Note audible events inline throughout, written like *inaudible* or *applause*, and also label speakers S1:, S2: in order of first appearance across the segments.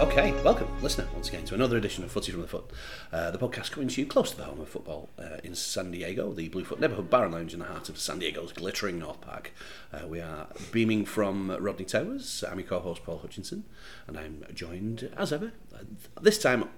S1: Okay, welcome, listener, once again to another edition of Footy from the Foot, uh, the podcast coming to you close to the home of football uh, in San Diego, the Bluefoot Neighborhood Bar and Lounge in the heart of San Diego's glittering North Park. Uh, we are beaming from Rodney Towers. I'm your co-host Paul Hutchinson, and I'm joined as ever, uh, this time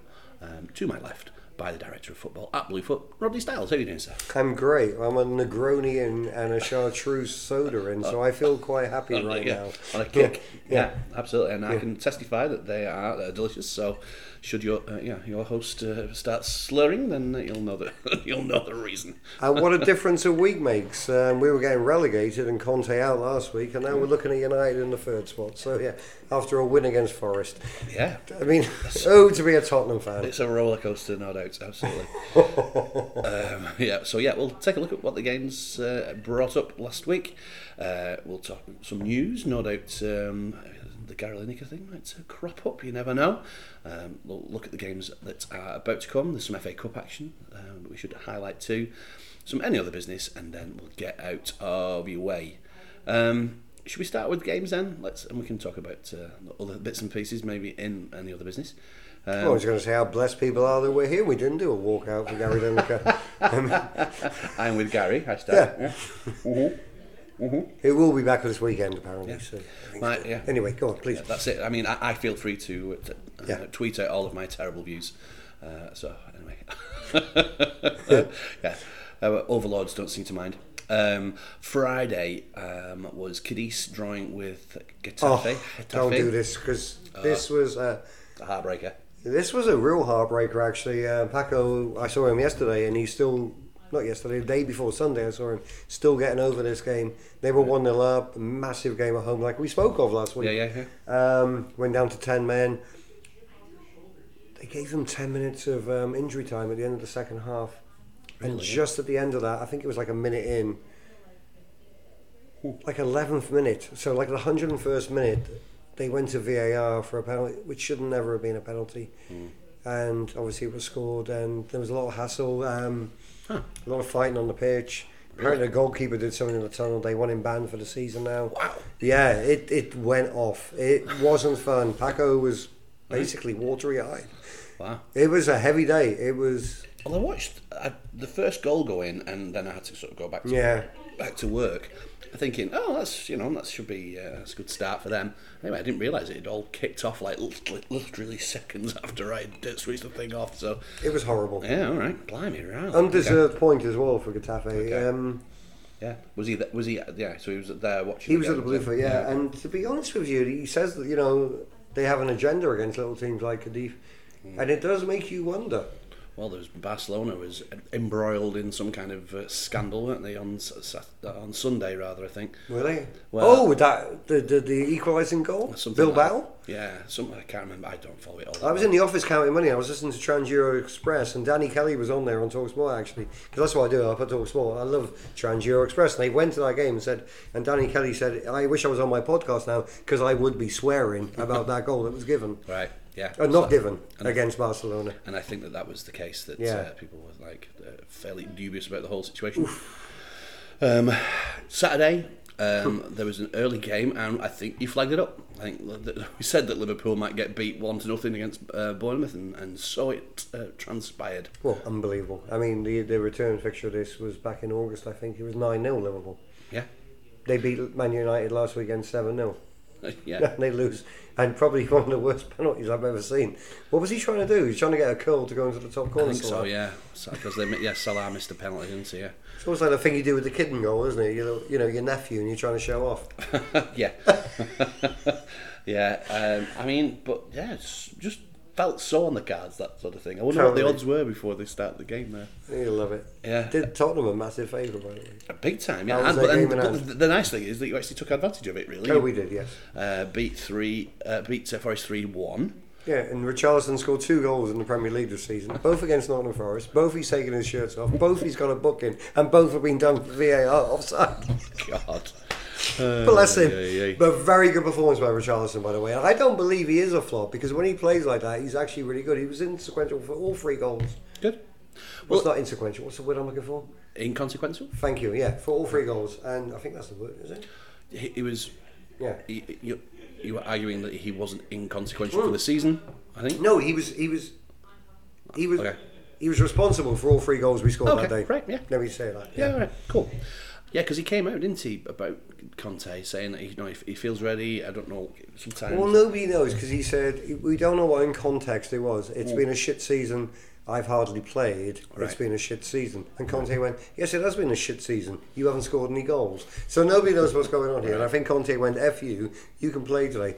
S1: um, to my left by the director of football at Bluefoot, Rodney Styles. How are you doing, sir?
S2: I'm great. I'm a Negroni and, and a chartreuse soda, and so I feel quite happy
S1: on a-
S2: right
S1: yeah,
S2: now.
S1: on
S2: *laughs*
S1: a kick. Yeah,
S2: Yeah.
S1: absolutely. And I can testify that they are uh, delicious. So, should your uh, yeah your host uh, start slurring, then you'll know the *laughs* you'll know the reason.
S2: And Uh, what a difference a week makes. Um, we were getting relegated and Conte out last week, and now we're looking at United in the third spot. So, yeah, after a win against Forest.
S1: Yeah, *laughs*
S2: I mean, *laughs* oh, to be a Tottenham fan.
S1: it's a roller coaster, no doubt. Absolutely. um, yeah. So yeah, we'll take a look at what the games uh, brought up last week. Uh, we'll talk some news, no doubt. Um, the Gary Lineker thing might uh, crop up. You never know. Um, we'll look at the games that are about to come. There's some FA Cup action um, we should highlight too. Some any other business, and then we'll get out of your way. Um, should we start with games then? Let's and we can talk about uh, other bits and pieces maybe in any other business. Uh,
S2: I
S1: um,
S2: was going to say how blessed people are that we're here. We didn't do a walkout for
S1: *laughs*
S2: Gary Lineker.
S1: I'm with Gary. Hashtag. Yeah. Mm-hmm.
S2: He will be back this weekend, apparently. So.
S1: My- yeah.
S2: Anyway, go on, please.
S1: Yeah, that's it. I mean, I, I feel free to, uh, t- uh,
S2: Yeah.
S1: tweet out all of my terrible views. Uh, so
S2: *laughs*
S1: anyway, yeah, uh, overlords don't seem to mind. Um, Friday um, was Cadiz drawing with
S2: Oh,
S1: Getafe.
S2: don't
S1: Getafe.
S2: do this because this was. Uh,
S1: A heartbreaker.
S2: This was a real heartbreaker, actually. Uh, Paco, I saw him yesterday, and he's still not yesterday, the day before Sunday. I saw him still getting over this game. They were one 0 up, massive game at home, like we spoke of last week.
S1: Yeah, yeah, yeah.
S2: Um, went down to ten men. They gave him ten minutes of um, injury time at the end of the second half, and
S1: Really?
S2: just at the end of that, I think it was like a minute in, like eleventh minute. So like the hundred and first minute, they went to VAR for a penalty, which should never have been a penalty.
S1: Hmm.
S2: And obviously it was scored, and there was a lot of hassle, um, a lot of fighting on the pitch. Apparently, the goalkeeper did something in the tunnel. They want him banned for the season now.
S1: Wow.
S2: Yeah, it, it went off. It wasn't fun. Paco was basically watery eyed.
S1: Wow.
S2: It was a heavy day. It was,
S1: Well, I watched uh the first goal go in, and then I had to sort of go back to
S2: yeah.
S1: back to work, thinking, oh, that's you know that should be uh, that's a good start for them. Anyway, I didn't realise it had all kicked off like literally, literally *laughs* seconds after I had switched the thing off. So
S2: It was horrible.
S1: yeah, all right, blimey, right.
S2: Undeserved point as well for Getafe. Um,
S1: Okay. Yeah, was he? th- Was he? Yeah, so he was there watching.
S2: He was at the
S1: game,
S2: Bluefoot, yeah. And to be honest with you, he says that you know they have an agenda against little teams like Cadiz,
S1: Hmm.
S2: and it does make you wonder.
S1: Well, there was Barcelona was embroiled in some kind of uh, scandal, weren't they? On S- Sat- on Sunday, rather, I think.
S2: Were they?
S1: Well-
S2: oh, with that the the, the equalising goal,
S1: Something like
S2: Bilbao.
S1: that. yeah, something I can't remember. I don't follow it all. that
S2: I was
S1: well.
S2: in the office counting money. I was listening to Trans Euro Express, and Danny Kelly was on there on Talksport actually, because that's what I do. I put Talksport. I love Trans Euro Express, and they went to that game and said, and Danny Kelly said, "I wish I was on my podcast now because I would be swearing about that goal that was given,
S1: Right. Yeah.
S2: uh, not
S1: So-
S2: given against Barcelona."
S1: and I think that that was the case that
S2: Yeah.
S1: uh, people were like uh, fairly dubious about the whole situation. Um, Saturday, um, there was an early game, and I think you flagged it up. I think that- that we said that Liverpool might get beat one to nothing against uh, Bournemouth, and, and so it uh, transpired.
S2: Well, unbelievable. I mean, the the return fixture of this was back in August, I think. It was 9 0 Liverpool.
S1: Yeah,
S2: They beat Man United last weekend 7 0.
S1: *laughs* *laughs* yeah.
S2: And *laughs* they lose. And probably *laughs* one of the worst penalties I've ever seen. What was he trying to do? He was trying to get a curl to go into the top
S1: I
S2: corner.
S1: think so,
S2: somehow.
S1: yeah, because they, mi- yeah, Salah missed a penalty, didn't he? Yeah,
S2: It's almost like the thing you do with the kid and goal, isn't it? You know, you know, your nephew and you're trying to
S1: *laughs*
S2: show off.
S1: yeah, yeah. Um, I mean, but yeah, it's just felt so on the cards that sort of thing. I wonder what
S2: Totally.
S1: the odds were before they start the game there.
S2: I think you'll love it.
S1: Yeah.
S2: Did Tottenham a massive favour, by the way.
S1: A big time, yeah.
S2: That was
S1: And, but,
S2: their
S1: then,
S2: game in
S1: but
S2: hand.
S1: the, the nice thing is that you actually took advantage of it, really.
S2: Oh, we did, yes.
S1: uh, beat three, uh, beat uh, Forest three one. *laughs*
S2: Yeah, and Richarlison scored two goals in the Premier League this season, both against Nottingham Forest. Both he's taken his shirts off. Both he's got a booking, and both have been done for VAR offside.
S1: God,
S2: Bless him.
S1: Uh, Yeah, yeah, yeah.
S2: But very good performance by Richarlison, by the way. And I don't believe he is a flop because when he plays like that, he's actually really good. He was insequential for all three goals.
S1: good,
S2: Well, it's not insequential. What's the word I'm looking for?
S1: inconsequential.
S2: Thank you. Yeah, for all three goals, and I think that's the word, is it?
S1: He, he was.
S2: Yeah.
S1: He, you, you were arguing that he wasn't inconsequential for the season. I think.
S2: No, he was he was he was
S1: Okay.
S2: he was responsible for all three goals we scored
S1: Okay,
S2: that day.
S1: right, yeah.
S2: Let me say that.
S1: Yeah, all right, cool. Yeah, because he came out, didn't he, about Conte saying that he, you know, if he feels ready. I don't know. Sometimes.
S2: Well, nobody knows because he said we don't know what in context it was. It's been a shit season. I've hardly played. It's
S1: Mm. Right.
S2: been a shit season. And Conte went, yes, it has been a shit season. You haven't scored any goals. So nobody knows what's going on here. And I think Conte went, F you, you can play today.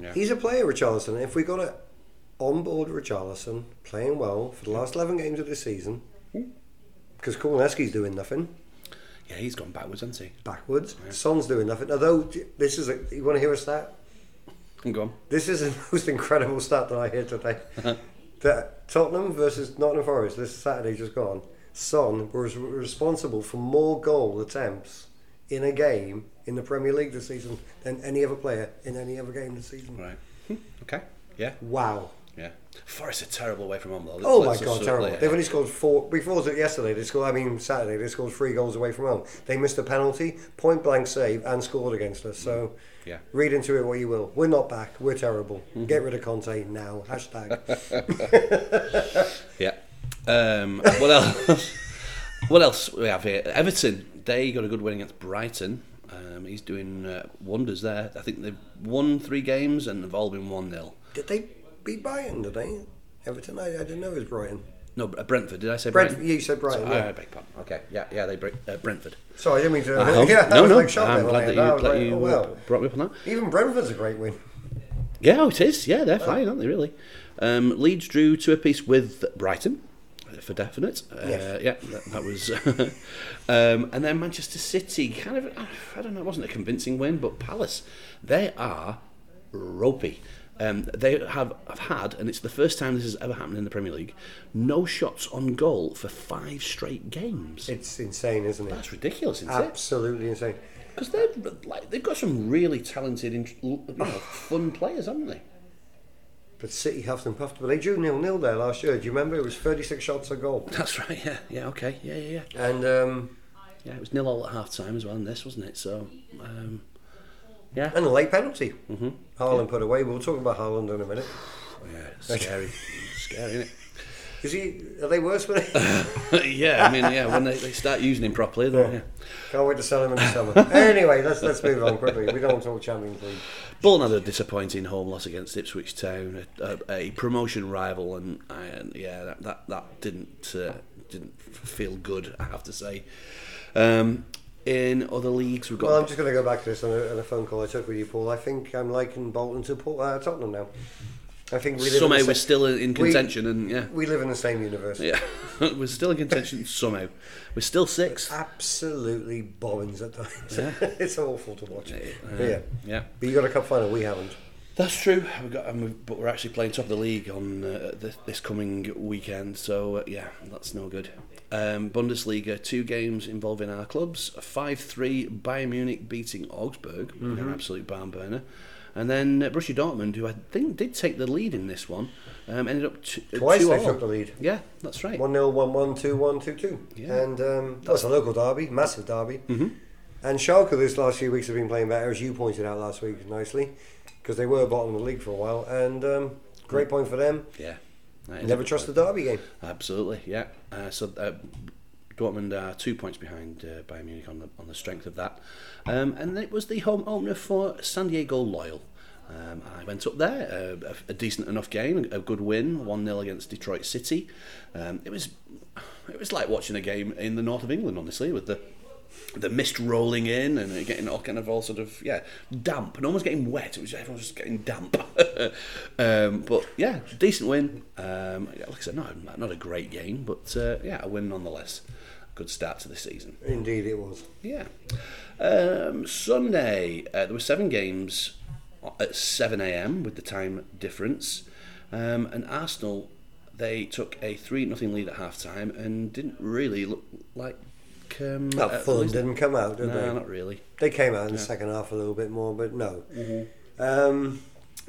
S1: Yeah.
S2: He's a player, Richarlison. If we got a on board Richarlison playing well for the last 11 games of the season,
S1: Hmm.
S2: because Korneski's doing nothing
S1: Yeah, he's gone backwards, hasn't he?
S2: backwards, Son's doing nothing. Although, this is a, you want to hear a stat?
S1: I'm gone.
S2: This is the *laughs* most incredible stat that I
S1: *laughs*
S2: hear today. that Tottenham versus Nottingham Forest this Saturday just gone. Son was re- responsible for more goal attempts in a game in the Premier League this season than any other player in any other game this season.
S1: Right. Hmm, Okay. Yeah.
S2: Wow.
S1: Yeah. Forest are terrible away from home though.
S2: Oh my
S1: Let's
S2: god,
S1: just-
S2: terrible.
S1: yeah.
S2: They've only scored four before was it yesterday, they scored I mean Saturday, they scored three goals away from home. They missed a penalty, point blank save and scored against us. So
S1: Yeah.
S2: read into it what you will. We're not back, we're terrible. Get rid of Conte now. Hashtag
S1: *laughs* Yeah. Um, what else? *laughs* what else we have here? Everton. They got a good win against Brighton. Um, he's doing uh, wonders there. I think they've won three games and they've all been one 0
S2: Did they beat Bayern? Did they? Everton? I, I didn't know it was Brighton.
S1: No, Br- Brentford. Did I say
S2: Brentford.
S1: Brighton?
S2: You said Brighton.
S1: Oh,
S2: yeah.
S1: I beg pardon. Okay. Yeah. Yeah. They Bre- uh, Brentford.
S2: Sorry, I didn't mean to. *laughs*
S1: Uh-huh.
S2: yeah, I
S1: no,
S2: was
S1: no.
S2: like shocked
S1: I'm
S2: there
S1: glad that
S2: when
S1: you,
S2: I- I was
S1: that
S2: like,
S1: you
S2: oh,
S1: uh,
S2: well.
S1: brought me up on that.
S2: Even Brentford's a great win.
S1: Yeah, oh, it is. Yeah, they're fine, aren't they? Really. Um, Leeds drew two apiece with Brighton uh, for definite. Uh,
S2: Yes.
S1: Yeah, that, that was. *laughs* um, and then Manchester City, kind of. I don't know. It wasn't a convincing win, but Palace, they are ropey. Um, they have, have had, and it's the first time this has ever happened in the Premier League, no shots on goal for five straight games.
S2: It's insane, isn't it?
S1: That's ridiculous, isn't it?
S2: Absolutely insane.
S1: Because they're like they've got some really talented, int- you know, fun players, haven't they?
S2: But City huffed and puffed. But they drew nil nil there last year. Do you remember? It was 36 shots a goal.
S1: That's right. Yeah. Yeah. Okay. Yeah. Yeah. Yeah.
S2: And um,
S1: Yeah, it was nil all at half time as well in this, wasn't it? So, um, yeah.
S2: and a late penalty. Mm-hmm. Haaland put away. We'll talk about Haaland in a minute.
S1: Yeah, scary. *laughs* scary, isn't
S2: Is he? Are they worse?
S1: *laughs*
S2: than-
S1: it? yeah, I mean, yeah, when they, they start using him properly, then, yeah.
S2: Can't wait to sell him in the summer. anyway, let's let's move on quickly. We don't talk Champions League.
S1: Bolton had a disappointing home loss against Ipswich Town, a, a, a promotion rival, and, and yeah, that that, that didn't uh, didn't feel good, I have to say. Um, in other leagues, we've got
S2: Well, I'm just going to go back to this on a, on a phone call I took with you, Paul. I think I'm liking Bolton to Paul, uh, Tottenham now. I think we live
S1: somehow
S2: in
S1: we're
S2: the sa-
S1: still in, in contention, and yeah,
S2: we live in the same universe.
S1: yeah, *laughs* we're still in contention somehow. We're still sixth.
S2: Absolutely bombings at times.
S1: Yeah.
S2: *laughs* it's awful to watch. But yeah.
S1: Uh, Yeah.
S2: But you got a cup final. We haven't.
S1: That's true. We've got, and we've, but we're actually playing top of the league on uh, this, this coming weekend, so uh, yeah, that's no good. Um, Bundesliga, two games involving our clubs. 5-3 Bayern Munich beating Augsburg, an absolute barn burner. And then uh, Borussia Dortmund, who I think did take the lead in this one, um, ended up t- uh,
S2: Twice
S1: two
S2: they
S1: all.
S2: took the lead.
S1: Yeah, that's right.
S2: One 0 one one two one two two.
S1: Yeah.
S2: And um, that was a local derby, massive derby. Mm-hmm. And Schalke this last few weeks have been playing better, as you pointed out last week nicely, because they were bottom of the league for a while. And um, great point for them.
S1: Yeah. That is
S2: Never
S1: it.
S2: trust the derby game.
S1: Absolutely, yeah. Uh, so uh, Dortmund are two points behind uh, Bayern Munich on the, on the strength of that. Um, and it was the home opener for San Diego Loyal. Um, I went up there, uh, a, a decent enough game, a good win, 1 0 against Detroit City. Um, it was it was like watching a game in the north of England, honestly, with the the mist rolling in and it getting all kind of all sort of yeah damp and almost getting wet. It was everyone was just getting damp. *laughs* um, but yeah, decent win. Um, like I said, not not a great game, but uh, yeah, a win nonetheless. Good start to the season.
S2: Indeed, it was.
S1: Yeah. Um, Sunday, uh, there were seven games at 7 a.m. with the time difference. Um, and Arsenal, they took a 3 nothing lead at half time and didn't really look like. Um, uh,
S2: That fun
S1: losing.
S2: didn't come out, did
S1: No,
S2: they?
S1: not really.
S2: They came out in the second half a little bit more, but no.
S1: Mm-hmm.
S2: Um,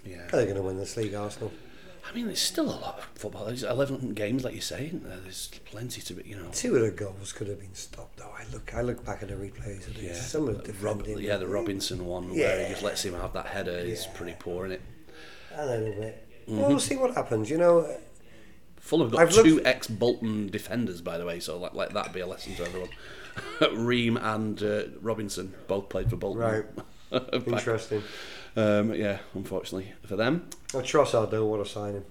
S1: Yeah.
S2: they're going to win this league, Arsenal.
S1: I mean, there's still a lot of football. There's 11 games, like you say, isn't there? There's plenty to be, you know.
S2: Two of the goals could have been stopped, though. I look, I look back at the replays. Of yeah. Some of the
S1: Rob,
S2: defending.
S1: yeah, the Robinson one where
S2: Yeah.
S1: he just lets him have that header is
S2: Yeah.
S1: pretty poor, isn't it?
S2: A little bit.
S1: Mm-hmm.
S2: Well, we'll see what happens. You know,
S1: Fulham have got
S2: I've looked-
S1: two ex Bolton defenders, by the way, so let, let that be a lesson to everyone. *laughs* Ream and uh, Robinson both played for Bolton. *laughs* Back-
S2: interesting.
S1: um, yeah, unfortunately for them.
S2: Now, Trossard don't want to sign him.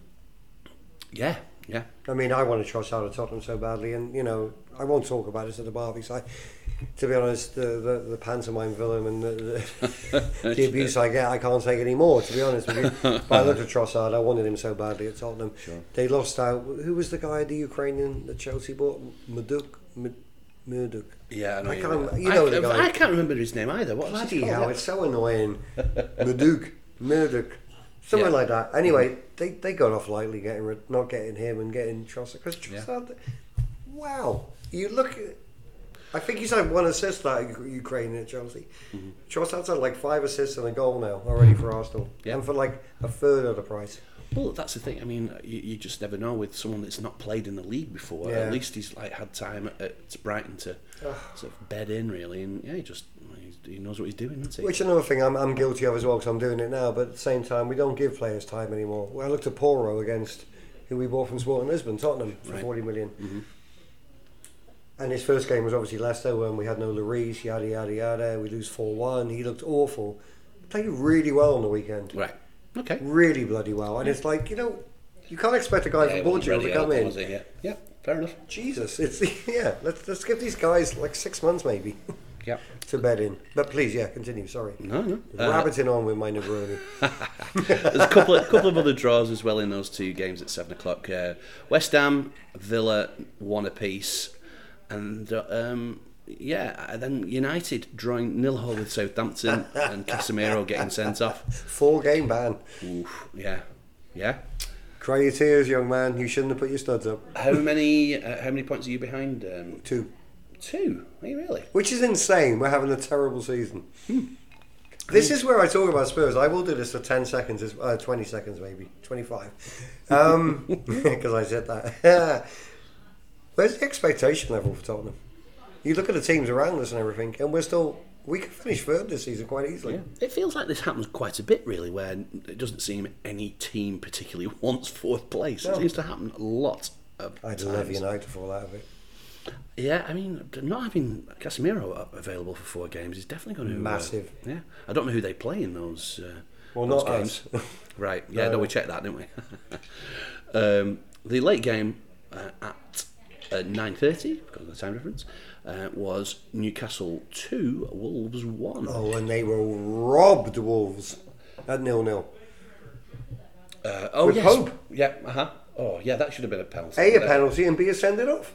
S1: Yeah, yeah.
S2: I mean, I want to Trossard at Tottenham so badly, and you know, I won't talk about this at the bar because I, to be honest, the the, the pantomime villain and the,
S1: *laughs*
S2: the, the abuse I get, I can't take any more. To be honest with you, but I looked at Trossard. I wanted him so badly at Tottenham.
S1: Sure.
S2: They lost out. Who was the guy, the Ukrainian that Chelsea bought? Muduk, Mud- Murduk.
S1: Yeah, I know.
S2: I
S1: you-
S2: can't- you know
S1: I,
S2: the
S1: can't-
S2: guy.
S1: I can't remember his name either. What's
S2: Bloody
S1: his
S2: hell, it's so annoying. Muduk, Murduk, somewhere
S1: Yeah.
S2: like that. Anyway, they, they got off lightly getting rid, not getting him and getting Trossard. Because Trossard, wow, you look. at- I think he's had one assist that U- Ukraine at Chelsea. Trossard's had like five assists and a goal now already for Arsenal,
S1: Yeah.
S2: and for like a third of the price.
S1: Well, that's the thing. I mean, you, you just never know with someone that's not played in the league before.
S2: Yeah.
S1: At least he's like had time at, at Brighton to sort of bed in, really, and yeah, he just he, he knows what he's doing, doesn't he?
S2: Which another thing I'm, I'm guilty of as well because I'm doing it now. But at the same time, we don't give players time anymore. Well, I looked at Poro against who we bought from Sporting Lisbon, Tottenham for
S1: Right. Mm-hmm.
S2: 40 million. And his first game was obviously Leicester when we had no Lloris, yada yada yada. We lose four one. He looked awful. Played really well on the weekend,
S1: right. Okay.
S2: really bloody well. And it's like you know, you can't expect a guy
S1: Yeah,
S2: from
S1: it wasn't
S2: Portugal to
S1: really
S2: come
S1: helpful,
S2: in.
S1: was it? Yeah. yeah, fair enough.
S2: Jesus, it's *laughs* yeah. Let's let's give these guys like six months maybe *laughs*
S1: Yeah.
S2: to bed in. But please, yeah, continue. Sorry,
S1: No, no. Uh,
S2: rabbiting on with
S1: *laughs*
S2: my Negroni.
S1: There's a couple of, couple of other draws as well in those two games at seven o'clock. Uh, West Ham, Villa, one apiece, and uh, um, yeah, and then United drawing nil-all with
S2: *laughs*
S1: Southampton and Casemiro getting sent off.
S2: Four game ban.
S1: Oof, yeah, yeah.
S2: Cry your tears, young man. You shouldn't have put your studs up.
S1: How many uh, how many points are you behind? Um,
S2: Two.
S1: two. Are you really?
S2: Which is insane. We're having a terrible season.
S1: Hmm.
S2: This is where I talk about Spurs. I will do this for 10 seconds, as- uh, 20 seconds maybe, 25.
S1: *laughs*
S2: Because *laughs* I said that. *laughs* Where's the expectation level for Tottenham? You look at the teams around us and everything, and we're still. We could finish third this season quite easily.
S1: It feels like this happens quite a bit, really, where it doesn't seem any team particularly *laughs* wants fourth place. It
S2: No.
S1: seems to happen a lot of
S2: I'd
S1: times.
S2: love United to fall out of it.
S1: Yeah, I mean, not having Casemiro a- available for four games is definitely going to
S2: Massive.
S1: yeah, I don't know who they play in those. Uh,
S2: Well,
S1: those
S2: not
S1: games.
S2: *laughs* us.
S1: right? Yeah, no,
S2: No.
S1: we checked that, didn't we? *laughs* um, the late game uh, at uh, nine thirty because of the time difference uh, was Newcastle two, Wolves one.
S2: Oh, and they were robbed, Wolves, at nil-nil.
S1: Uh, oh
S2: With
S1: yes,
S2: Pope.
S1: yeah, uh huh. Oh yeah, that should have been a penalty.
S2: A, a
S1: Yeah.
S2: penalty, and B, a send it off.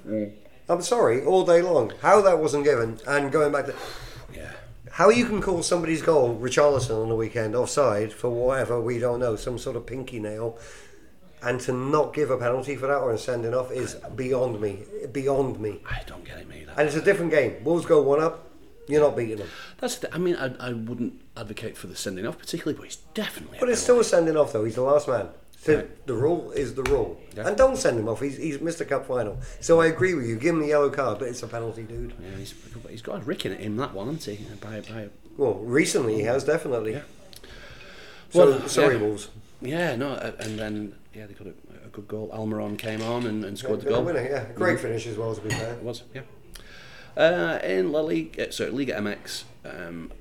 S2: I'm sorry, all day long. How that wasn't given, and going back to
S1: Yeah,
S2: how you can call somebody's goal, Richarlison on the weekend, offside for whatever, we don't know, some sort of pinky nail, and to not give a penalty for that or a sending off is beyond me. Beyond me.
S1: I don't get it, mate.
S2: And it's a different game. Wolves go one up, you're not beating them.
S1: That's. The, I mean, I, I wouldn't advocate for the sending off particularly, but it's definitely. a
S2: But it's
S1: penalty.
S2: still a sending off, though. He's the last man. So The rule is the rule.
S1: Yeah.
S2: And don't send him off. He's, he's missed a cup final. So I agree with you. Give him the yellow card, but it's a penalty, dude.
S1: Yeah, he's, he's got a rick in him that one, hasn't he? By, by,
S2: Well, recently he has definitely.
S1: Yeah.
S2: So,
S1: Well,
S2: sorry,
S1: yeah.
S2: Wolves.
S1: yeah, no, uh, and then yeah, they got a, a good goal. Almiron came on and, and scored the
S2: Been a
S1: goal. Mm-hmm.
S2: winner, yeah. Great finish as well, to be fair.
S1: It was yeah. Uh, in La Liga, so Liga MX, um,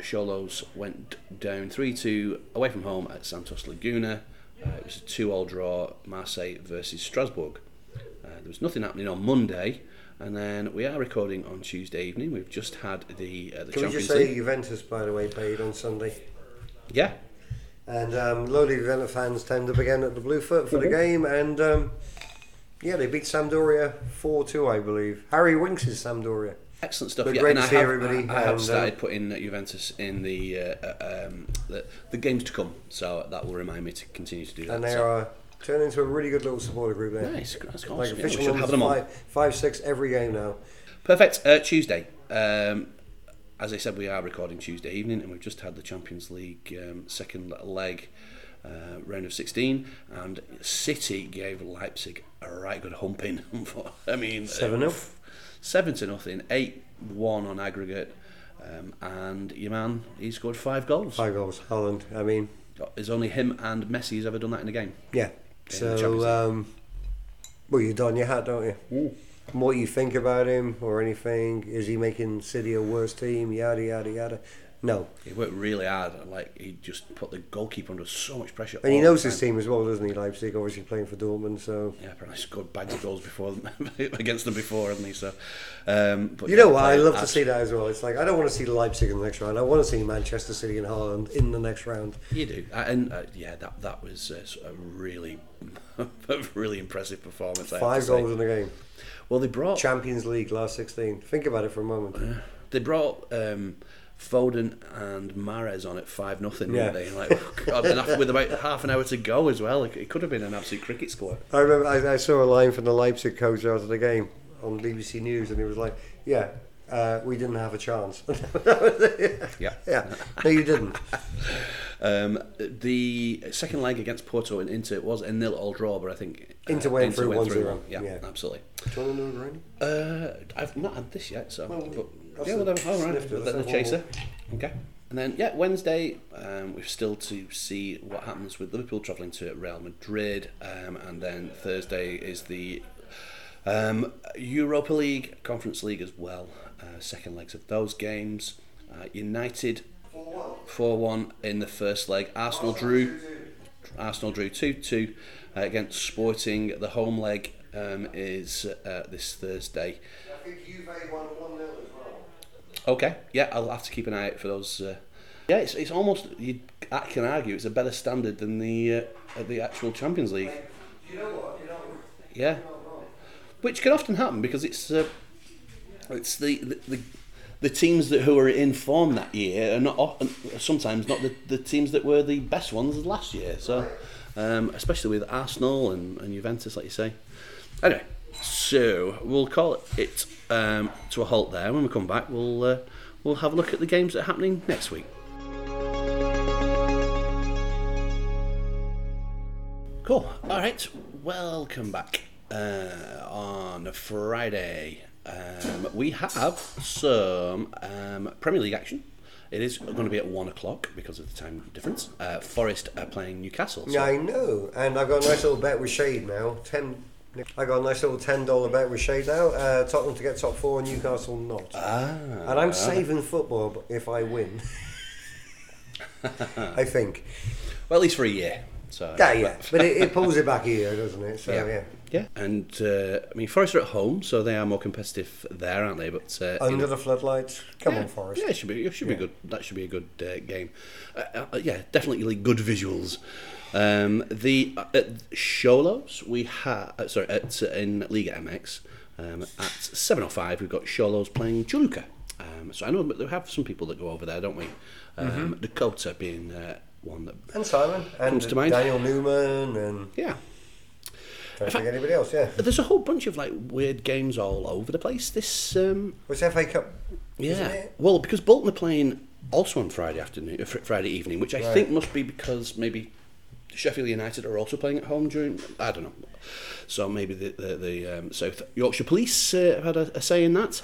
S1: Cholos went down three two away from home at Santos Laguna. Uh, it was a two-all draw, Marseille versus Strasbourg. Uh, there was nothing happening on Monday, and then we are recording on Tuesday evening. We've just had the uh, the
S2: Can we
S1: Champions
S2: just say
S1: League.
S2: Juventus, by the way, played on Sunday?
S1: Yeah,
S2: And um, lowly Juventus fans turned up again at the Blue Foot for the
S1: Mm-hmm.
S2: game. And um, yeah, they beat Sampdoria 4 2, I believe. Harry Winks is Sampdoria.
S1: Excellent stuff.
S2: But
S1: yeah,
S2: great
S1: and
S2: to
S1: I
S2: see
S1: have,
S2: everybody,
S1: I, I have
S2: and,
S1: started putting uh, Juventus in the, uh, uh, um, the the games to come, so that will remind me to continue to do that.
S2: And they
S1: so.
S2: are turning into a really good little supporter group there.
S1: nice. That's awesome.
S2: Like
S1: yeah, we
S2: official
S1: should have them
S2: numbers,
S1: on.
S2: five, five, six every game now.
S1: Perfect. Uh, Tuesday. Um, as I said, we are recording Tuesday evening, and we've just had the Champions League um, second leg. Uh, round of 16 and City gave Leipzig a right good humping *laughs* I mean
S2: 7 0.
S1: seven to nothing, eight one on aggregate, um, and your man he scored five goals.
S2: Five goals, Holland. I mean,
S1: There's only him and Messi has ever done that in a game.
S2: Yeah.
S1: the Champions
S2: so,
S1: League.
S2: um, well, you don your hat, don't you? And What you think about him or anything? Is he making City a worse team? Yada yada yada. No,
S1: He worked really hard. and, Like he just put the goalkeeper under so much pressure.
S2: and he
S1: all
S2: knows
S1: the
S2: his team as well, doesn't he? Leipzig, obviously playing for Dortmund. So
S1: Yeah, apparently scored bags of goals before them, *laughs* against them before, haven't he? So, um, but
S2: you
S1: yeah,
S2: know what? I
S1: playing
S2: love to
S1: abs-
S2: see that as well. It's like I don't want to see Leipzig in the next round. I want to see Manchester City and Haaland in the next round.
S1: You do, Uh, and uh, yeah, that that was uh, s- a really, *laughs* a really impressive performance. I have
S2: Five
S1: to say.
S2: goals in a game.
S1: Well, they brought
S2: Champions League last sixteen. Think about it for a moment.
S1: they brought um, Foden and Mares on at five nothing,
S2: Yeah.
S1: didn't they? And, Like, oh, God, and after, with about half an hour to go as well, it, it could have been an absolute cricket score.
S2: I remember I, I saw a line from the Leipzig coach after the game on BBC News, and he was like, "Yeah, uh, we didn't have a chance." *laughs*
S1: Yeah.
S2: yeah, no, you didn't.
S1: Um, the second leg against Porto and Inter was a nil all draw, but I think uh,
S2: Inter went through 1-0.
S1: Yeah,
S2: Yeah.
S1: absolutely.
S2: Do you want to know a
S1: Uh, I've not had this yet, so.
S2: Well, we-
S1: but,
S2: that's
S1: yeah,
S2: the
S1: well, then- all right.
S2: sniffed it,
S1: Then
S2: that's
S1: the
S2: the
S1: chaser. Okay. And then, yeah, Wednesday, um, we've still to see what happens with Liverpool travelling to Real Madrid. Um, and then Thursday is the um, Europa League, Conference League as well. Uh, second legs of those games. Uh, United 4 1 in the first leg. Arsenal drew. Arsenal drew 2 2 against Sporting. The home leg um, is uh, this Thursday.
S2: I think Juve won one 0 as well.
S1: Okay, yeah, I'll have to keep an eye out for those. Uh, yeah, it's, it's almost you I can argue it's a better standard than the uh, at the actual Champions League.
S2: You know what? You know.
S1: Yeah, which can often happen because it's uh, it's the, the the the teams that who are in form that year are not often, sometimes not the, the teams that were the best ones last year. So, um, especially with Arsenal and, and Juventus, like you say. Anyway, so we'll call it um, to a halt there. When we come back, we'll uh, we'll have a look at the games that are happening next week. Cool. All right. Welcome back uh, on Friday. Um, we have some um, Premier League action. It is going to be at one o'clock because of the time difference. Uh, Forest are playing Newcastle. So
S2: Yeah, I know, and I've got a nice little bet with Shade now. Ten. I got a nice little ten dollar bet with Shade now. Uh, Tottenham to get top four, Newcastle not.
S1: Ah,
S2: and I'm saving football if I win. *laughs* I think.
S1: well, at least for a year. *laughs* So
S2: Yeah, yeah. But it, it pulls it back here, doesn't it? So yeah.
S1: yeah. And uh, I mean, Forest are at home, so they are more competitive there, aren't they? But uh, in-
S2: Under the floodlights. Come
S1: yeah,
S2: on, Forest.
S1: Yeah, it should be. It should be good. That should be a good uh, game. Uh, uh, yeah, definitely good visuals. Um, the uh, at Sholos we have uh, sorry at in Liga MX um, at seven o five we've got Sholos playing Choluca. Um, so I know that we have some people that go over there, don't we? Um,
S2: Mm-hmm.
S1: Dakota being uh, one that
S2: And Simon. And
S1: Comes to mind.
S2: Daniel Newman and
S1: yeah.
S2: don't think anybody else, yeah.
S1: There's a whole bunch of like weird games all over the place. This um,
S2: Was FA Cup isn't
S1: Yeah.
S2: it?
S1: Well, because Bolton are playing also on Friday afternoon, uh, fr- Friday evening, which I
S2: Right.
S1: think must be because maybe Sheffield United are also playing at home during. I don't know. So maybe the the, the um, South Yorkshire Police uh, have had a, a say in
S2: *laughs*
S1: that.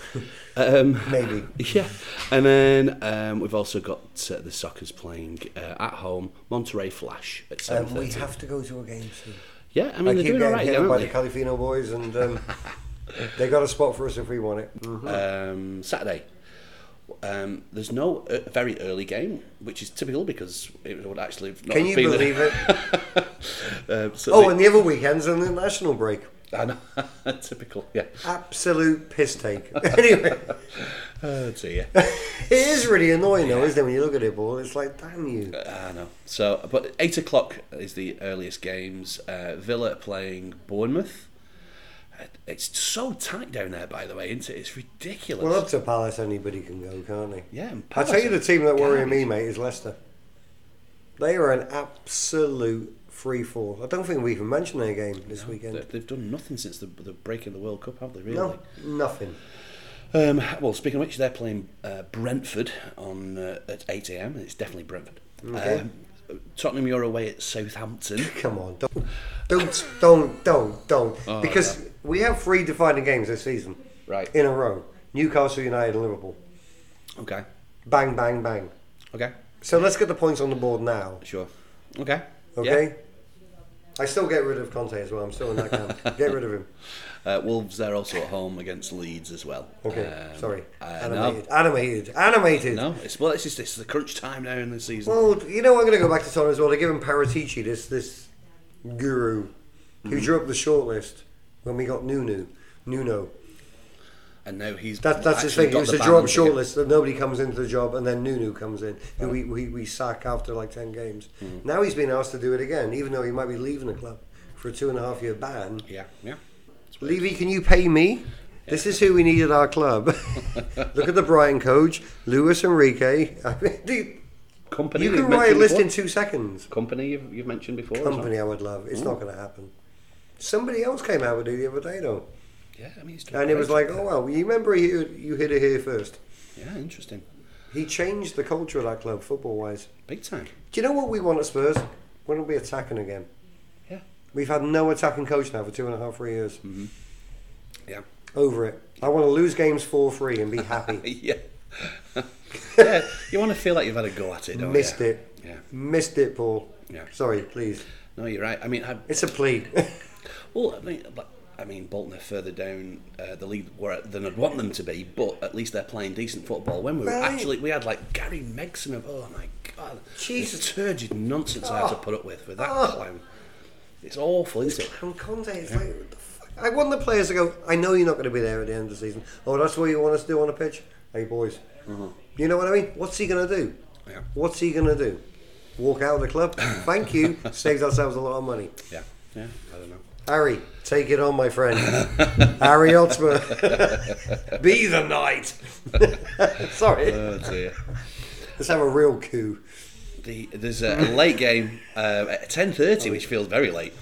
S1: Um, *laughs*
S2: Maybe.
S1: Yeah. And then um, we've also got uh, the Soccers playing uh, at home Monterey Flash at seven
S2: And Um, we
S1: thirty.
S2: have to go to a game soon.
S1: yeah, I
S2: I
S1: mean they're
S2: keep
S1: doing all
S2: getting
S1: right,
S2: hit
S1: again,
S2: up by
S1: aren't
S2: the
S1: they?
S2: Califino boys
S1: *laughs*
S2: and um, they got a spot for us if we want it.
S1: um, Saturday. Um, there's no uh, very early game, which is typical because it would actually have not
S2: Can you
S1: been *laughs*
S2: believe it?
S1: um, so
S2: Oh,
S1: the-
S2: and the other weekend's an international break.
S1: *laughs* I know. typical, yeah.
S2: Absolute piss take. *laughs* anyway,
S1: Oh
S2: *laughs*
S1: dear.
S2: it is really annoying though, isn't it? When you look at it, ball, it's like, damn you.
S1: I know. So, but eight o'clock is the earliest games. Uh, Villa are playing Bournemouth. Uh, It's so tight down there, by the way, isn't it? It's ridiculous.
S2: Well, up to Palace, anybody can go, can't they?
S1: yeah, and
S2: I
S1: Palace
S2: tell you, the team that worry
S1: garbage.
S2: me, mate, is Leicester. They are an absolute free fall. I don't think we even mentioned their game this
S1: They-
S2: weekend.
S1: They've done nothing since the, the break of the World Cup, have they? Really?
S2: No, nothing.
S1: Um, well, speaking of which, they're playing uh, Brentford on uh, at eight a.m. and It's definitely Brentford.
S2: Okay.
S1: Um, Tottenham, you're away at Southampton.
S2: Come on, don't, don't, don't, don't, don't. because we have three defining games this season
S1: Oh, Right.
S2: in a row: Newcastle United and Liverpool.
S1: Okay.
S2: Bang, bang, bang.
S1: Okay.
S2: So let's get the points on the board now.
S1: Sure. Okay.
S2: Okay. I still get rid of Conte as well. I'm still in that
S1: *laughs*
S2: camp. get rid of him.
S1: Yeah. Uh, Wolves, they're also at home against Leeds as well.
S2: Okay.
S1: Um,
S2: Sorry.
S1: Uh, no,
S2: Animated. Animated. Animated.
S1: no. It's, well, it's just it's the crunch time now in the season.
S2: Well, you know, I'm going to go back to Tottenham as well. They give him Paratici, this this guru,
S1: Hmm.
S2: who drew up the shortlist when we got Nunu. Nuno.
S1: and now he's
S2: That, that's his
S1: actually
S2: thing.
S1: got
S2: It was
S1: the
S2: a job
S1: balance again.
S2: shortlist that nobody comes into the job, and then Nunu comes in, who we, we, we sack after like 10 games.
S1: Hmm.
S2: Now he's been asked to do it again, even though he might be leaving the club for a two and a half year ban.
S1: Yeah, yeah.
S2: Levy, can you pay me? This is who we need at our club. *laughs* Look at the Brighton coach, Luis Enrique. I mean, *laughs* dude,
S1: Company.
S2: you
S1: we've
S2: can write a
S1: mentioned
S2: list
S1: before.
S2: in two seconds.
S1: Company you've, you've mentioned before. as well.
S2: Company I would love. It's not going to happen. Somebody else came out with it the other day, though.
S1: Yeah, I mean, he's done
S2: And it was
S1: great.
S2: like, oh, well, you remember you, you hit it here first.
S1: yeah, interesting,
S2: He changed the culture of that club, football wise.
S1: big time.
S2: Do you know what we want at Spurs? When will we attacking again?
S1: Yeah. Mm-hmm.
S2: We've had no attacking coach now for two and a half, three years.
S1: Yeah.
S2: Over it. I want to lose games 4 3 and be happy.
S1: yeah. *laughs* yeah, you want to feel like you've had a go at it. don't
S2: Missed
S1: you?
S2: it.
S1: Oh, Yeah.
S2: Missed it, Paul.
S1: Yeah.
S2: Sorry, please.
S1: No, you're right. I mean, I,
S2: It's a plea. *laughs*
S1: well, I mean, but, I mean, Bolton are further down uh, the league where, than I'd want them to be, but at least they're playing decent football. When we were
S2: Right.
S1: actually, we had like Gary Megson of, oh my god,
S2: Jesus.
S1: the turgid nonsense I had to
S2: Oh.
S1: put up with with that
S2: Oh.
S1: clown. It's awful, isn't it?
S2: and Conte is like, what the fuck? I want the players to go, I know you're not going to be there at the end of the season. Oh, that's what you want us to do on a pitch? Hey, boys. You know what I mean? What's he going to do?
S1: Mm-hmm. Yeah.
S2: What's he going to do? Walk out of
S1: *laughs*
S2: the club? Thank you. Saved ourselves a lot of money.
S1: Yeah, yeah. I don't know.
S2: Harry, take it on,
S1: *laughs*
S2: my friend. Harry Otsma. Be the knight. *laughs* Sorry.
S1: Oh dear.
S2: Let's have a real coup.
S1: The, there's a late game uh, at ten thirty, which feels very late.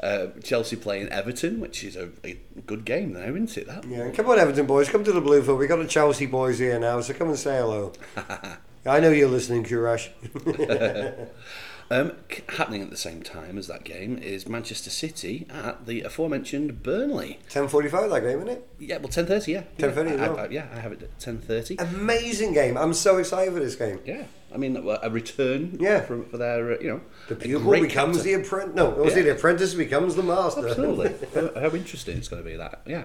S1: Uh, Chelsea playing Everton, which is a, a good game now, isn't it? That
S2: Yeah, come on, Everton boys. Come to the Bluefield. we got the Chelsea boys here now, so come and
S1: *laughs*
S2: say hello. I know you're listening, *laughs* Kurash.
S1: um, c- happening at the same time as that game is Manchester City at the aforementioned Burnley.
S2: 10.45 that game, isn't it?
S1: Yeah, well, ten thirty. Yeah,
S2: 10:30
S1: Yeah,
S2: as
S1: I-
S2: well.
S1: I- yeah, I have it at ten thirty.
S2: Amazing game. I'm so excited for this game.
S1: Yeah, I mean a a return.
S2: Yeah.
S1: from, for their uh, you know
S2: The
S1: a
S2: pupil
S1: great
S2: becomes
S1: captain.
S2: the apprentice. No, it was
S1: Yeah.
S2: the apprentice becomes the master.
S1: Absolutely. how, how interesting it's going to be that. Yeah.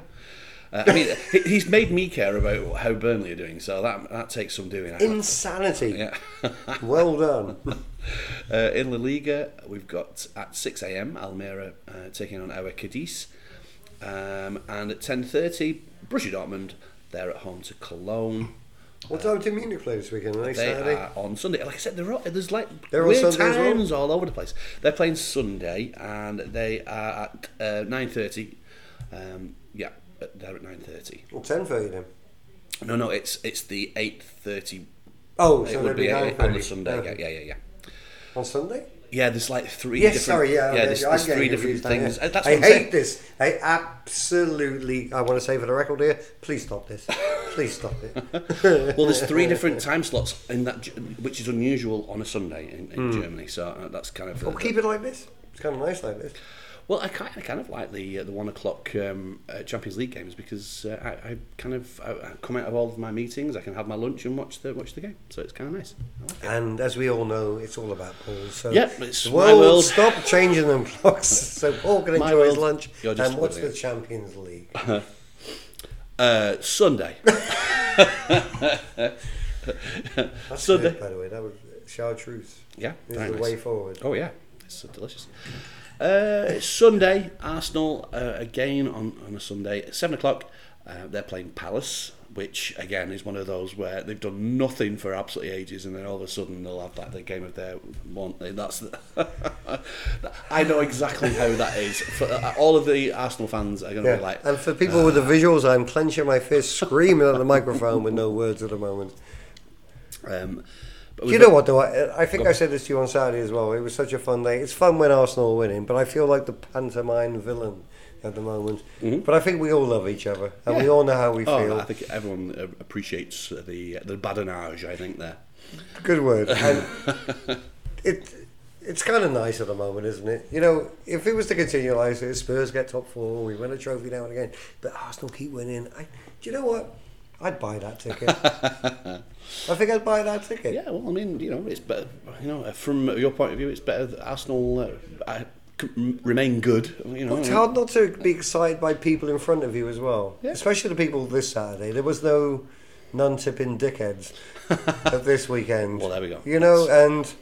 S1: Uh, I mean, he- he's made me care about how Burnley are doing, so that that takes some doing. I have
S2: *laughs* Insanity.
S1: Yeah. *laughs*
S2: Well done.
S1: uh, in La Liga, we've got at 6 a.m. Almera uh, taking on our Cadiz, um, and at 10:30, Borussia Dortmund. They're at home to Cologne.
S2: what time do Munich play this weekend? Are they
S1: They
S2: Saturday?
S1: are on Sunday. Like I said, they're all, there's like
S2: They're on
S1: weird
S2: Sunday as well?
S1: times all over the place. They're playing Sunday, and they are at uh, 9:30. Um, yeah, they're at 9:30.
S2: Well, 10.30 then.
S1: No, no, it's it's the eight thirty.
S2: Oh,
S1: It
S2: so
S1: would
S2: that'd
S1: be
S2: be
S1: eight,
S2: 9.30.
S1: on the Sunday. Yeah,
S2: Okay.
S1: yeah, yeah, yeah.
S2: On Sunday?
S1: Yeah, there's like three.
S2: Yes,
S1: different,
S2: sorry, yeah.
S1: yeah. There's,
S2: I'm
S1: there's
S2: getting
S1: three different
S2: confused now,
S1: things.
S2: yeah.
S1: Uh, That's
S2: I
S1: what I'm
S2: hate
S1: saying.
S2: this. I absolutely, I want to say for the record here, please stop this. Please stop
S1: *laughs*
S2: it.
S1: Well, there's
S2: *laughs*
S1: three different time slots in that, ju- which is unusual on a Sunday in, in Germany. So uh, that's kind of. uh,
S2: Well, keep it like this. It's kind of nice like this.
S1: Well, I kind, I kind of like the uh, the one o'clock um, uh, Champions League games because uh, I, I kind of I, I come out of all of my meetings. I can have my lunch and watch the watch the game. So it's kind of nice. I
S2: *laughs*
S1: like it.
S2: And as we all know, it's all about Paul. So
S1: Yeah, it's
S2: the
S1: my world.
S2: Stop changing them
S1: *laughs*
S2: clocks so Paul can
S1: My
S2: enjoy
S1: world.
S2: his lunch
S1: You're just
S2: and watch the
S1: brilliant.
S2: Champions League.
S1: *laughs* Uh,
S2: *laughs*
S1: Sunday.
S2: That's
S1: So
S2: so good,
S1: the-
S2: by the way. That was chartreuse.
S1: Yeah,
S2: Is
S1: very
S2: the
S1: nice.
S2: way forward.
S1: Oh yeah, it's so delicious. Uh, Sunday, Arsenal uh, again on, on a Sunday at seven o'clock. Uh, they're playing Palace, which again is one of those where they've done nothing for absolutely ages, and then all of a sudden they'll have like the game of their want. That's the *laughs* I know exactly how that is. For, uh, all of the Arsenal fans are going to
S2: Yeah.
S1: be like,
S2: and for people with the visuals, I'm clenching my fist, screaming at the microphone with no words at the moment.
S1: um, but
S2: Do
S1: we've
S2: you know what though? I, I think I said this to you on Saturday as well. It was such a fun day. It's fun when Arsenal are winning, but I feel like the pantomime villain at the moment. But I think we all love each other, and we
S1: Mm-hmm. Yeah.
S2: all know how we
S1: Oh,
S2: feel.
S1: I think everyone uh, appreciates the the badinage. I think there.
S2: Good
S1: *laughs*
S2: word. And it it's kind of nice at the moment, isn't it? You know, if it was to continue like this, Spurs get top four, we win a trophy now and again, but Arsenal keep winning. I, do you know what? I'd buy
S1: *laughs*
S2: that ticket. I think I'd buy that ticket.
S1: Yeah, well, I mean, you know, it's better. You know, from your point of view, it's better that Arsenal uh, I- c- remain good. You know,
S2: It's hard not to be excited by people in front of you as well,
S1: Mm-hmm. Yeah.
S2: especially the people this Saturday. There was no
S1: *laughs*
S2: non-tipping dickheads of this weekend.
S1: Well, there we go.
S2: You know, and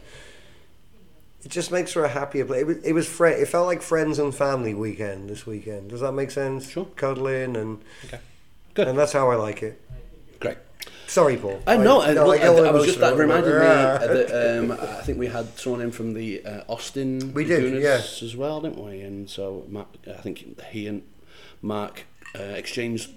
S2: it just makes for a happier place. It was, it was fri It felt like friends and family weekend this weekend. Does that make sense?
S1: Sure.
S2: Cuddling and
S1: Okay. Good. Uh,
S2: And that's how I like it.
S1: great.
S2: Sorry, Paul.
S1: I know. I, well,
S2: get
S1: I-
S2: all
S1: I was just that
S2: emotional.
S1: reminded me
S2: Yeah. *laughs*
S1: that um, I think we had someone in from the uh, Austin.
S2: We did,
S1: Gunners
S2: yeah.
S1: as well, didn't we? And so Mark, I think he and Mark uh, exchanged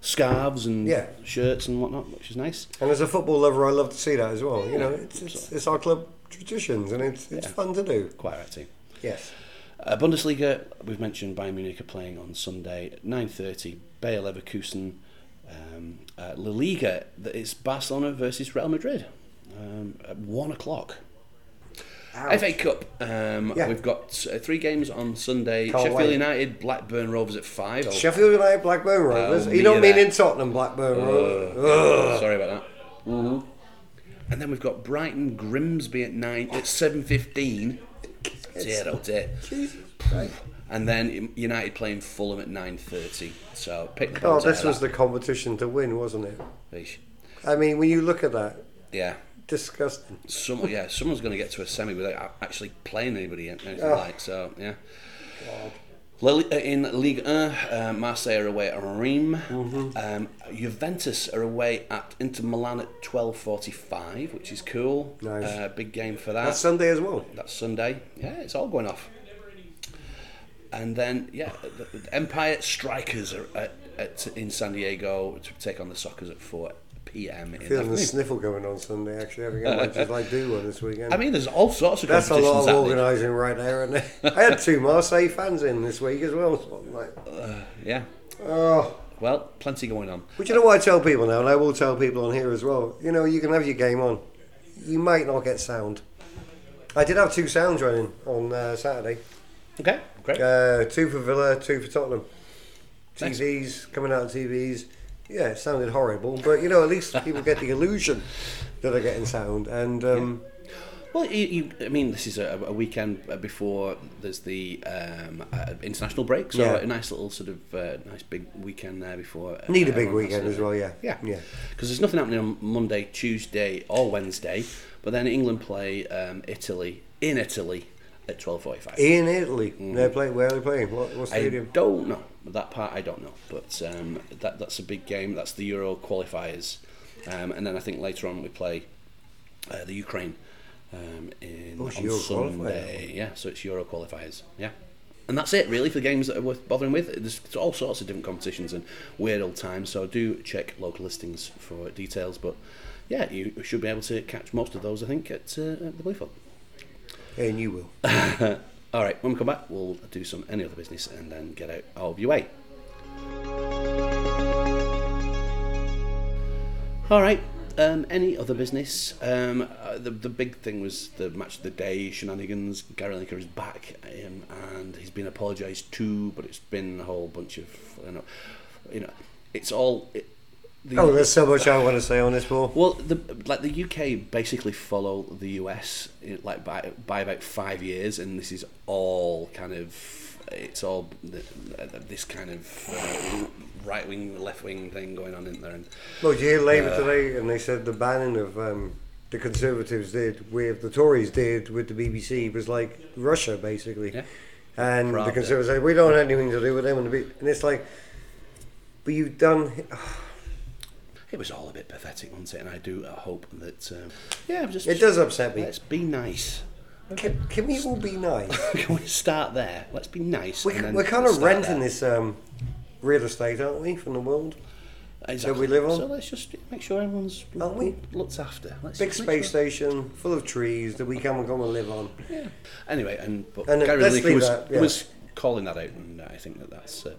S1: scarves and
S2: Yeah.
S1: shirts and whatnot, which is nice.
S2: And as a football lover, I love to see that as well. You know, it's, it's, it's our club traditions, and it's it's
S1: Yeah.
S2: fun to do.
S1: Quite righty.
S2: Yes.
S1: Uh, Bundesliga, we've mentioned Bayern Munich are playing on Sunday at 9.30, Bayer Leverkusen. Um, uh, La Liga, th- it's Barcelona versus Real Madrid um, at 1 o'clock.
S2: Ouch.
S1: FA Cup, um,
S2: Yeah.
S1: we've got uh, three games on Sunday.
S2: Can't
S1: Sheffield
S2: wait.
S1: United, Blackburn Rovers at 5.
S2: Sheffield United, Blackburn Rovers. you don't
S1: me
S2: mean
S1: there.
S2: in Tottenham, Blackburn Rovers.
S1: Oh, sorry about that. Mm-hmm. And then we've got Brighton Grimsby at 9 at 7.15. Dear, oh dear.
S2: Jesus Christ.
S1: And then United playing Fulham at 9.30. So pick the
S2: Oh,
S1: balls out
S2: this
S1: of
S2: was
S1: that.
S2: the competition to win, wasn't it?
S1: Eesh.
S2: I mean, when you look at that,
S1: Yeah.
S2: disgusting. *laughs*
S1: Some, yeah, someone's going to get to a semi without a- actually playing anybody and anything
S2: Oh.
S1: like so. Yeah. La Li- uh, In Ligue 1, uh, Marseille are away at Reims.
S2: Mm-hmm.
S1: Um, Juventus are away at Inter Milan at 12.45, which is cool.
S2: Nice.
S1: Uh, big game for that.
S2: That's Sunday as well.
S1: That's Sunday. Yeah, it's all going off. And then, yeah, the, the Empire Strikers are at, at, in San Diego to take on the Sockers at 4 p.m. in the
S2: Feeling the
S1: afternoon.
S2: sniffle going on Sunday, actually. I think I might just like do one this
S1: *laughs*
S2: weekend.
S1: I mean, there's all sorts of
S2: That's a
S1: competitions
S2: lot of
S1: happening.
S2: organising right there, isn't it? I had two Marseille fans in this week as well. So I'm like,
S1: Yeah.
S2: oh.
S1: Well, plenty going on.
S2: But you know what I tell people now, and I will tell people on here as well. You know, you can have your game on. You might not get sound. I did have two sounds running on uh, Saturday.
S1: Okay, great.
S2: Uh, two for Villa, two for Tottenham.
S1: Thanks.
S2: TVs coming out of TVs. Yeah, it sounded horrible, but you know, at least people get the illusion that they're getting sound. And um,
S1: Well, you, you, I mean, this is a, a weekend uh, before there's the um, uh, international break, so
S2: Yeah.
S1: a nice little sort of uh, nice big weekend there before. Uh,
S2: need a big
S1: everyone has
S2: weekend
S1: to-
S2: as well. Yeah,
S1: Yeah,
S2: yeah.
S1: Because there's nothing happening on Monday, Tuesday, or Wednesday, but then England play um, Italy in Italy at 12:45.
S2: In Italy, they're playing. Where are they playing? What, what
S1: I
S2: stadium?
S1: don't know that part. I don't know, but um, that that's a big game. That's the Euro qualifiers, um, and then I think later on we play uh, the Ukraine um, in
S2: Oh, it's
S1: on
S2: Euro qualifier.
S1: Sunday. Yeah, so it's Euro qualifiers. Yeah. And that's it, really, for games that are worth bothering with. There's all sorts of different competitions and weird old times, so do check local listings for details. But yeah, you should be able to catch most of those, I think, at, uh, at the Bluefield.
S2: and you will.
S1: All right, when we come back, we'll do some any other business and then get out of your way. All right, um, any other business? Um, uh, the, the big thing was the match of the day shenanigans. Gary Lineker is back um, and he's been apologised to, but it's been a whole bunch of, you know, you know it's all. It, the,
S2: Oh, there's so much I want to say on this, Paul.
S1: well, the like the UK basically follow the US eh, like by by about five years, and this is all kind of it's all th- th- this kind of uh, right wing, left wing thing going on in there. And
S2: Well, did you hear Labour
S1: Uh,
S2: today, and they said the banning of um, the Conservatives did with the Tories did with the BBC was like Russia basically,
S1: Yeah.
S2: and
S1: Pravda.
S2: the Conservatives said we don't have anything to do with them, and, the B-. and it's like, but you've done.
S1: it was all a bit pathetic, wasn't it? And I do hope that um, yeah, just
S2: It does upset me.
S1: Let's be nice. *laughs*
S2: Can, can we all be nice?
S1: Can we start there? Let's be nice.
S2: We,
S1: and then
S2: we're kind of
S1: start
S2: renting
S1: there.
S2: this um, real estate, aren't we, from the world?
S1: Exactly.
S2: we live on.
S1: So let's just make sure everyone's
S2: Aren't we?
S1: looked after. Let's
S2: Big
S1: make
S2: space
S1: sure.
S2: station full of trees that we can come and live on.
S1: Yeah. Anyway, and but
S2: And uh,
S1: Gary
S2: let's
S1: Lineker
S2: leave
S1: was,
S2: that, yeah.
S1: was calling that out, and I think that that's uh,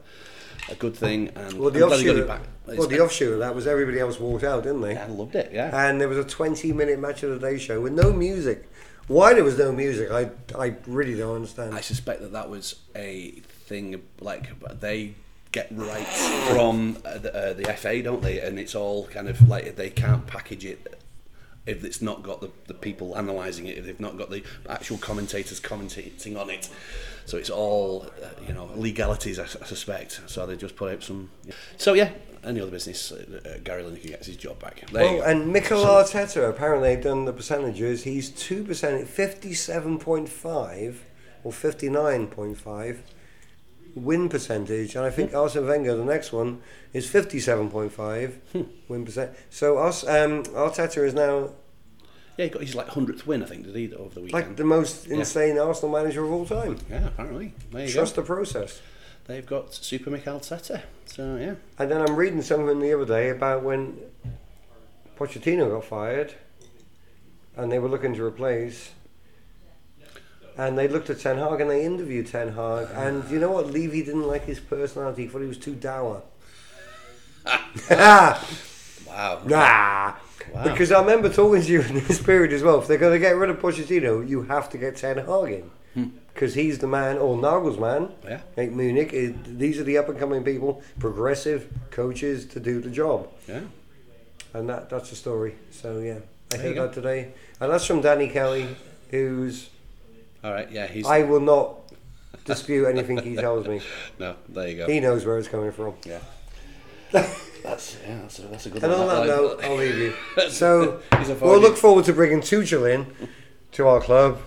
S1: a good thing. And
S2: Well, the
S1: I'm glad he got
S2: offshoot.
S1: it back. It's-
S2: Well, the offshoot of that was everybody else walked out, didn't they?
S1: I loved it. Yeah.
S2: and there was a 20 minute match of the day show with no music. Why there was no music, I, I really don't understand.
S1: I suspect that that was a thing like they get right from uh, the, uh, the FA, don't they? And it's all kind of like they can't package it if it's not got the, the people analysing it, if they've not got the actual commentators commentating on it. So it's all, uh, you know, legalities, I, s- I suspect. So they just put out some. So yeah, any other business, uh, uh, Gary Lineker gets his job back. There you
S2: Well,
S1: go.
S2: uh, Oh, and Mikel Arteta apparently done the percentages. He's two percent, fifty-seven point five or fifty-nine point five win percentage, and I
S1: Hmm.
S2: think Arsene Wenger, the next one, is fifty-seven point five
S1: Hmm.
S2: win percent. So us, um, Arteta is now
S1: yeah, he got his like hundredth win, I think, did he over the weekend?
S2: like the most insane Arsenal manager of all time.
S1: yeah, apparently. There you
S2: Trust
S1: go.
S2: the process.
S1: They've got Super Mick Arteta. So yeah.
S2: And then I'm reading something the other day about when Pochettino got fired and they were looking to replace. And they looked at Ten Hag and they interviewed Ten Hag. And you know what? Levy didn't like his personality. He thought he was too dour. *laughs*
S1: Wow.
S2: nah.
S1: Wow.
S2: Because I remember talking to you in this period as well. If they're going to get rid of Pochettino, you have to get Ten Hag in. Because he's the man, or Nagelsmann,
S1: Yeah.
S2: at Munich. It, these are the up and coming people, progressive coaches to do the job.
S1: Yeah.
S2: and that that's the story. So yeah, I
S1: There you
S2: heard
S1: go.
S2: that today, and that's from Danny Kelly, who's
S1: All right. Yeah. He's
S2: I will not dispute anything he tells me.
S1: no. There you go.
S2: He knows where it's coming from.
S1: yeah. *laughs* that's yeah. That's a, that's a good.
S2: And
S1: one,
S2: on that
S1: like.
S2: note,
S1: *laughs*
S2: I'll leave you. So
S1: He's a
S2: we'll look
S1: foggy.
S2: forward to bringing Tuchel in to our club.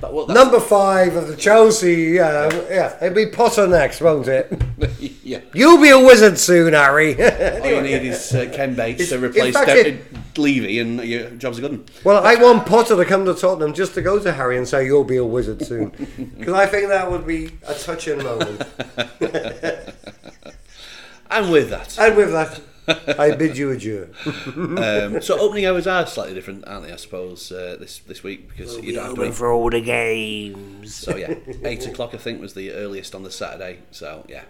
S1: That- well, that's-
S2: Number five of the Chelsea. Yeah, yeah. It'll be Potter next, won't it?
S1: *laughs* yeah.
S2: You'll be a wizard soon, Harry. *laughs*
S1: All you need is uh, Ken Bates to
S2: If- if
S1: replace
S2: that
S1: De- Levy, and your job's a good one.
S2: Well, I want Potter to come to Tottenham just to go to Harry and say, You'll be a wizard
S1: *laughs*
S2: soon. Because I think that would be a touching moment.
S1: And with that,
S2: And with that, I bid you adieu.
S1: *laughs* um, so opening hours are slightly different, aren't they? I suppose uh, this this week because you don't have to wait.
S2: for all the games.
S1: So *laughs* yeah, eight o'clock I think was the earliest on the Saturday. So yeah,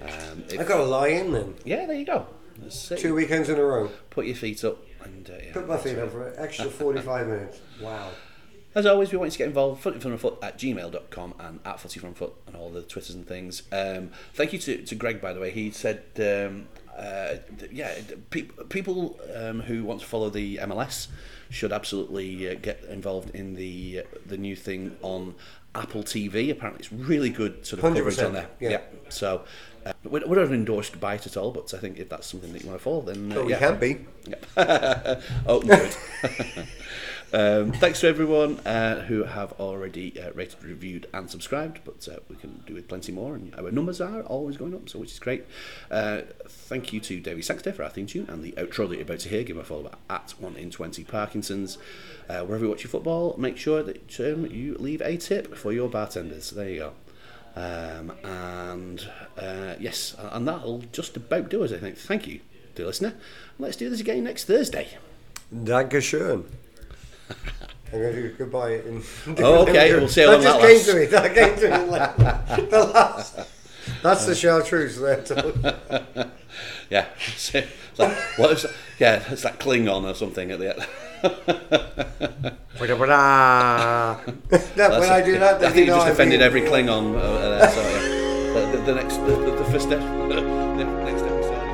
S1: um, if-
S2: I got to lie in then.
S1: yeah, there you go. Let's see.
S2: Two weekends in a row.
S1: Put your feet up and uh, yeah.
S2: Put my feet up for an extra 45 minutes. Wow.
S1: As always, we want you to get involved, footy from foot at gmail.com and at footy from foot and all the Twitters and things. Um, thank you to, to Greg, by the way. He said, um, uh, th- yeah, th- peop people um, who want to follow the MLS should absolutely uh, get involved in the uh, the new thing on Apple TV. Apparently, it's really good sort of coverage on
S2: 100%,
S1: there.
S2: yeah.
S1: So uh, we're, we're not endorsed by it at all, but I think if that's something that you want to follow, then uh,
S2: But we
S1: yeah,
S2: can be.
S1: oh, good. *laughs* um, thanks to everyone uh, who have already uh, rated, reviewed, and subscribed, but uh, we can do with plenty more, and our numbers are always going up, so which is great. Uh, thank you to Davey Saxter for our theme tune and the outro that you're about to hear. Give him a follow at 1 in 20 Parkinson's. Uh, wherever you watch your football, make sure that um, you leave a tip for your bartenders. There you go. Um, and uh, yes, and that'll just about do us, I think. Thank you, dear listener. Let's do this again next Thursday.
S2: Dankeschön. I'm going to do goodbye in.
S1: *laughs* Oh, okay, we'll see how
S2: that
S1: long
S2: just
S1: that lasts.
S2: came to me. That came to
S1: *laughs*
S2: me. Like, the last. That's
S1: Uh.
S2: the chartreuse there.
S1: *laughs*
S2: Tom.
S1: Yeah. *laughs* So, it's like, what is that? Yeah, it's like Klingon or something at the end.
S2: Ba-da-ba-da. that, when I do that, "Oh,
S1: I
S2: then
S1: think you
S2: know
S1: just
S2: I've
S1: offended
S2: been-
S1: every *laughs* Klingon. Uh, uh, so, yeah. the, the, the next, the, the, the first step, the next episode.